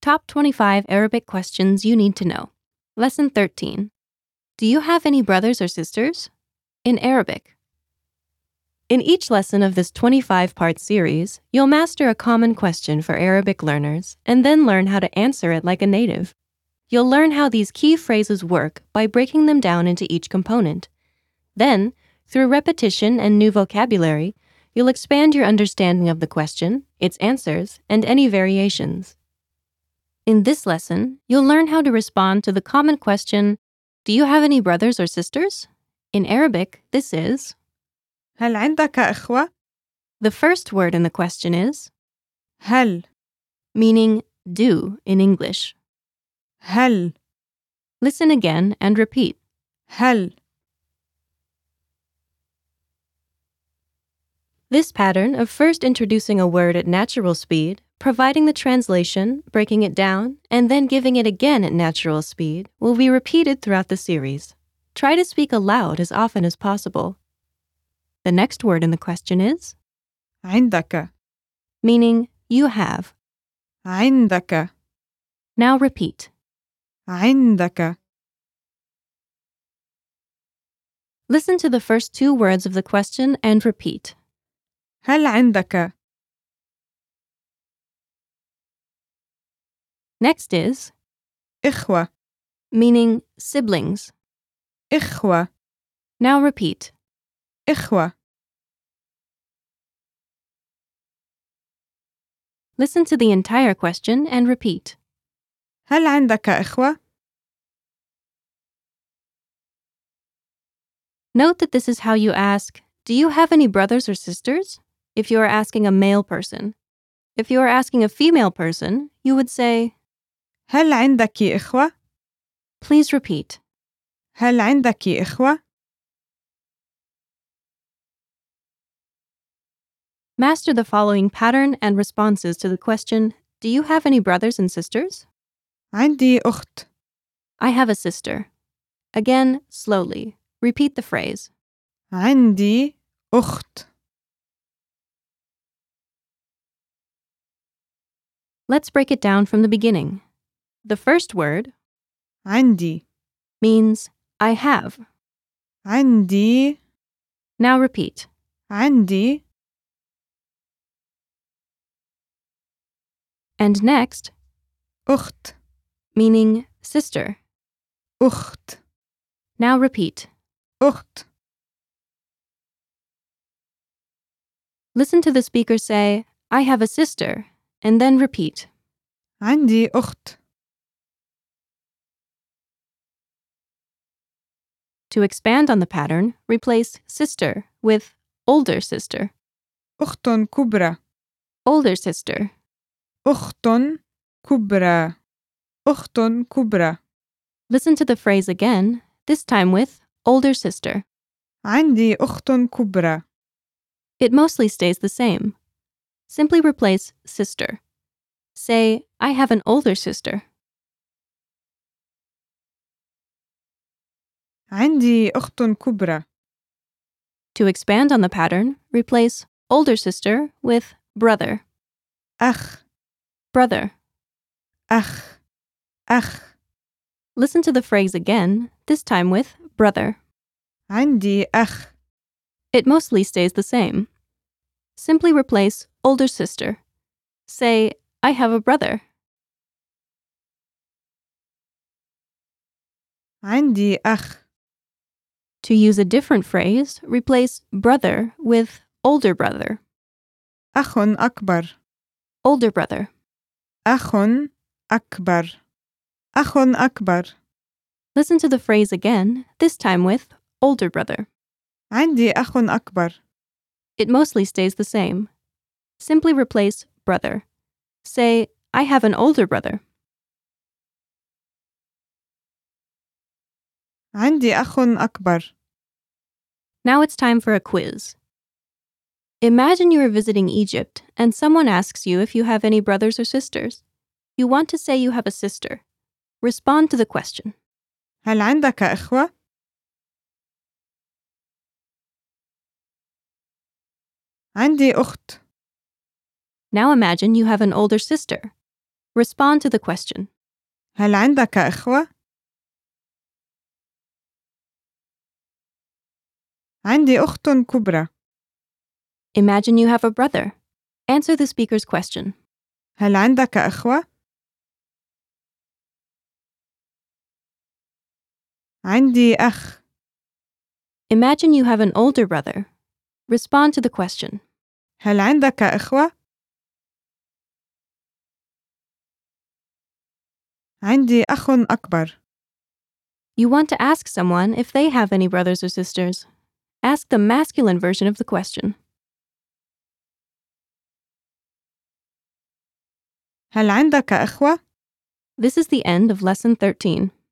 Top 25 Arabic Questions You Need to Know. Lesson 13. Do you have any brothers or sisters? In Arabic. In each lesson of this 25 part series, you'll master a common question for Arabic learners and then learn how to answer it like a native. You'll learn how these key phrases work by breaking them down into each component. Then, through repetition and new vocabulary, you'll expand your understanding of the question, its answers, and any variations. In this lesson, you'll learn how to respond to the common question Do you have any brothers or sisters? In Arabic, this is هل عندك إخوة؟ the first word in the question is, هل meaning do in English. هل Listen again and repeat. هل This pattern of first introducing a word at natural speed, providing the translation, breaking it down, and then giving it again at natural speed will be repeated throughout the series. Try to speak aloud as often as possible. The next word in the question is, عندك meaning you have. عندك Now repeat. عندك Listen to the first two words of the question and repeat. هل عندك Next is, إخوة meaning siblings. إخوة Now repeat. إخوة Listen to the entire question and repeat. هل عندك إخوة؟ Note that this is how you ask, Do you have any brothers or sisters? if you are asking a male person. If you are asking a female person, you would say, هل عندك إخوة؟ Please repeat. هل عندك إخوة؟ Master the following pattern and responses to the question, Do you have any brothers and sisters? عندي أخت I have a sister. Again, slowly. Repeat the phrase. عندي أخت Let's break it down from the beginning. The first word عندي means I have. عندي Now repeat. عندي And next, أخت meaning sister. أخت Now repeat. أخت Listen to the speaker say, I have a sister, and then repeat. عندي أخت To expand on the pattern, replace sister with older sister, أخت كبرى older sister. أخت كبرى أخت كبرى Listen to the phrase again, this time with older sister. عندي أخت كبرى It mostly stays the same. Simply replace sister. Say, I have an older sister. عندي أخت كبرى To expand on the pattern, replace older sister with brother, أخ brother. أخ أخ Listen to the phrase again, this time with brother. عندي أخ It mostly stays the same. Simply replace older sister. Say, I have a brother. عندي أخ To use a different phrase, replace brother with older brother, أخ أكبر older brother. أخ أكبر أخ أكبر Listen to the phrase again, this time with older brother. عندي أخ أكبر It mostly stays the same. Simply replace brother. Say, I have an older brother. عندي أخ أكبر Now it's time for a quiz. Imagine you are visiting Egypt and someone asks you if you have any brothers or sisters. You want to say you have a sister. Respond to the question. هل عندك إخوة؟ عندي أخت Now imagine you have an older sister. Respond to the question. هل عندك إخوة؟ عندي أخت كبرى. Imagine you have a brother. Answer the speaker's question. هل عندك إخوة؟ عندي أخ. Imagine you have an older brother. Respond to the question. هل عندك إخوة؟ عندي أخ أكبر. You want to ask someone if they have any brothers or sisters. Ask the masculine version of the question. هل عندك إخوة؟ This is the end of lesson 13.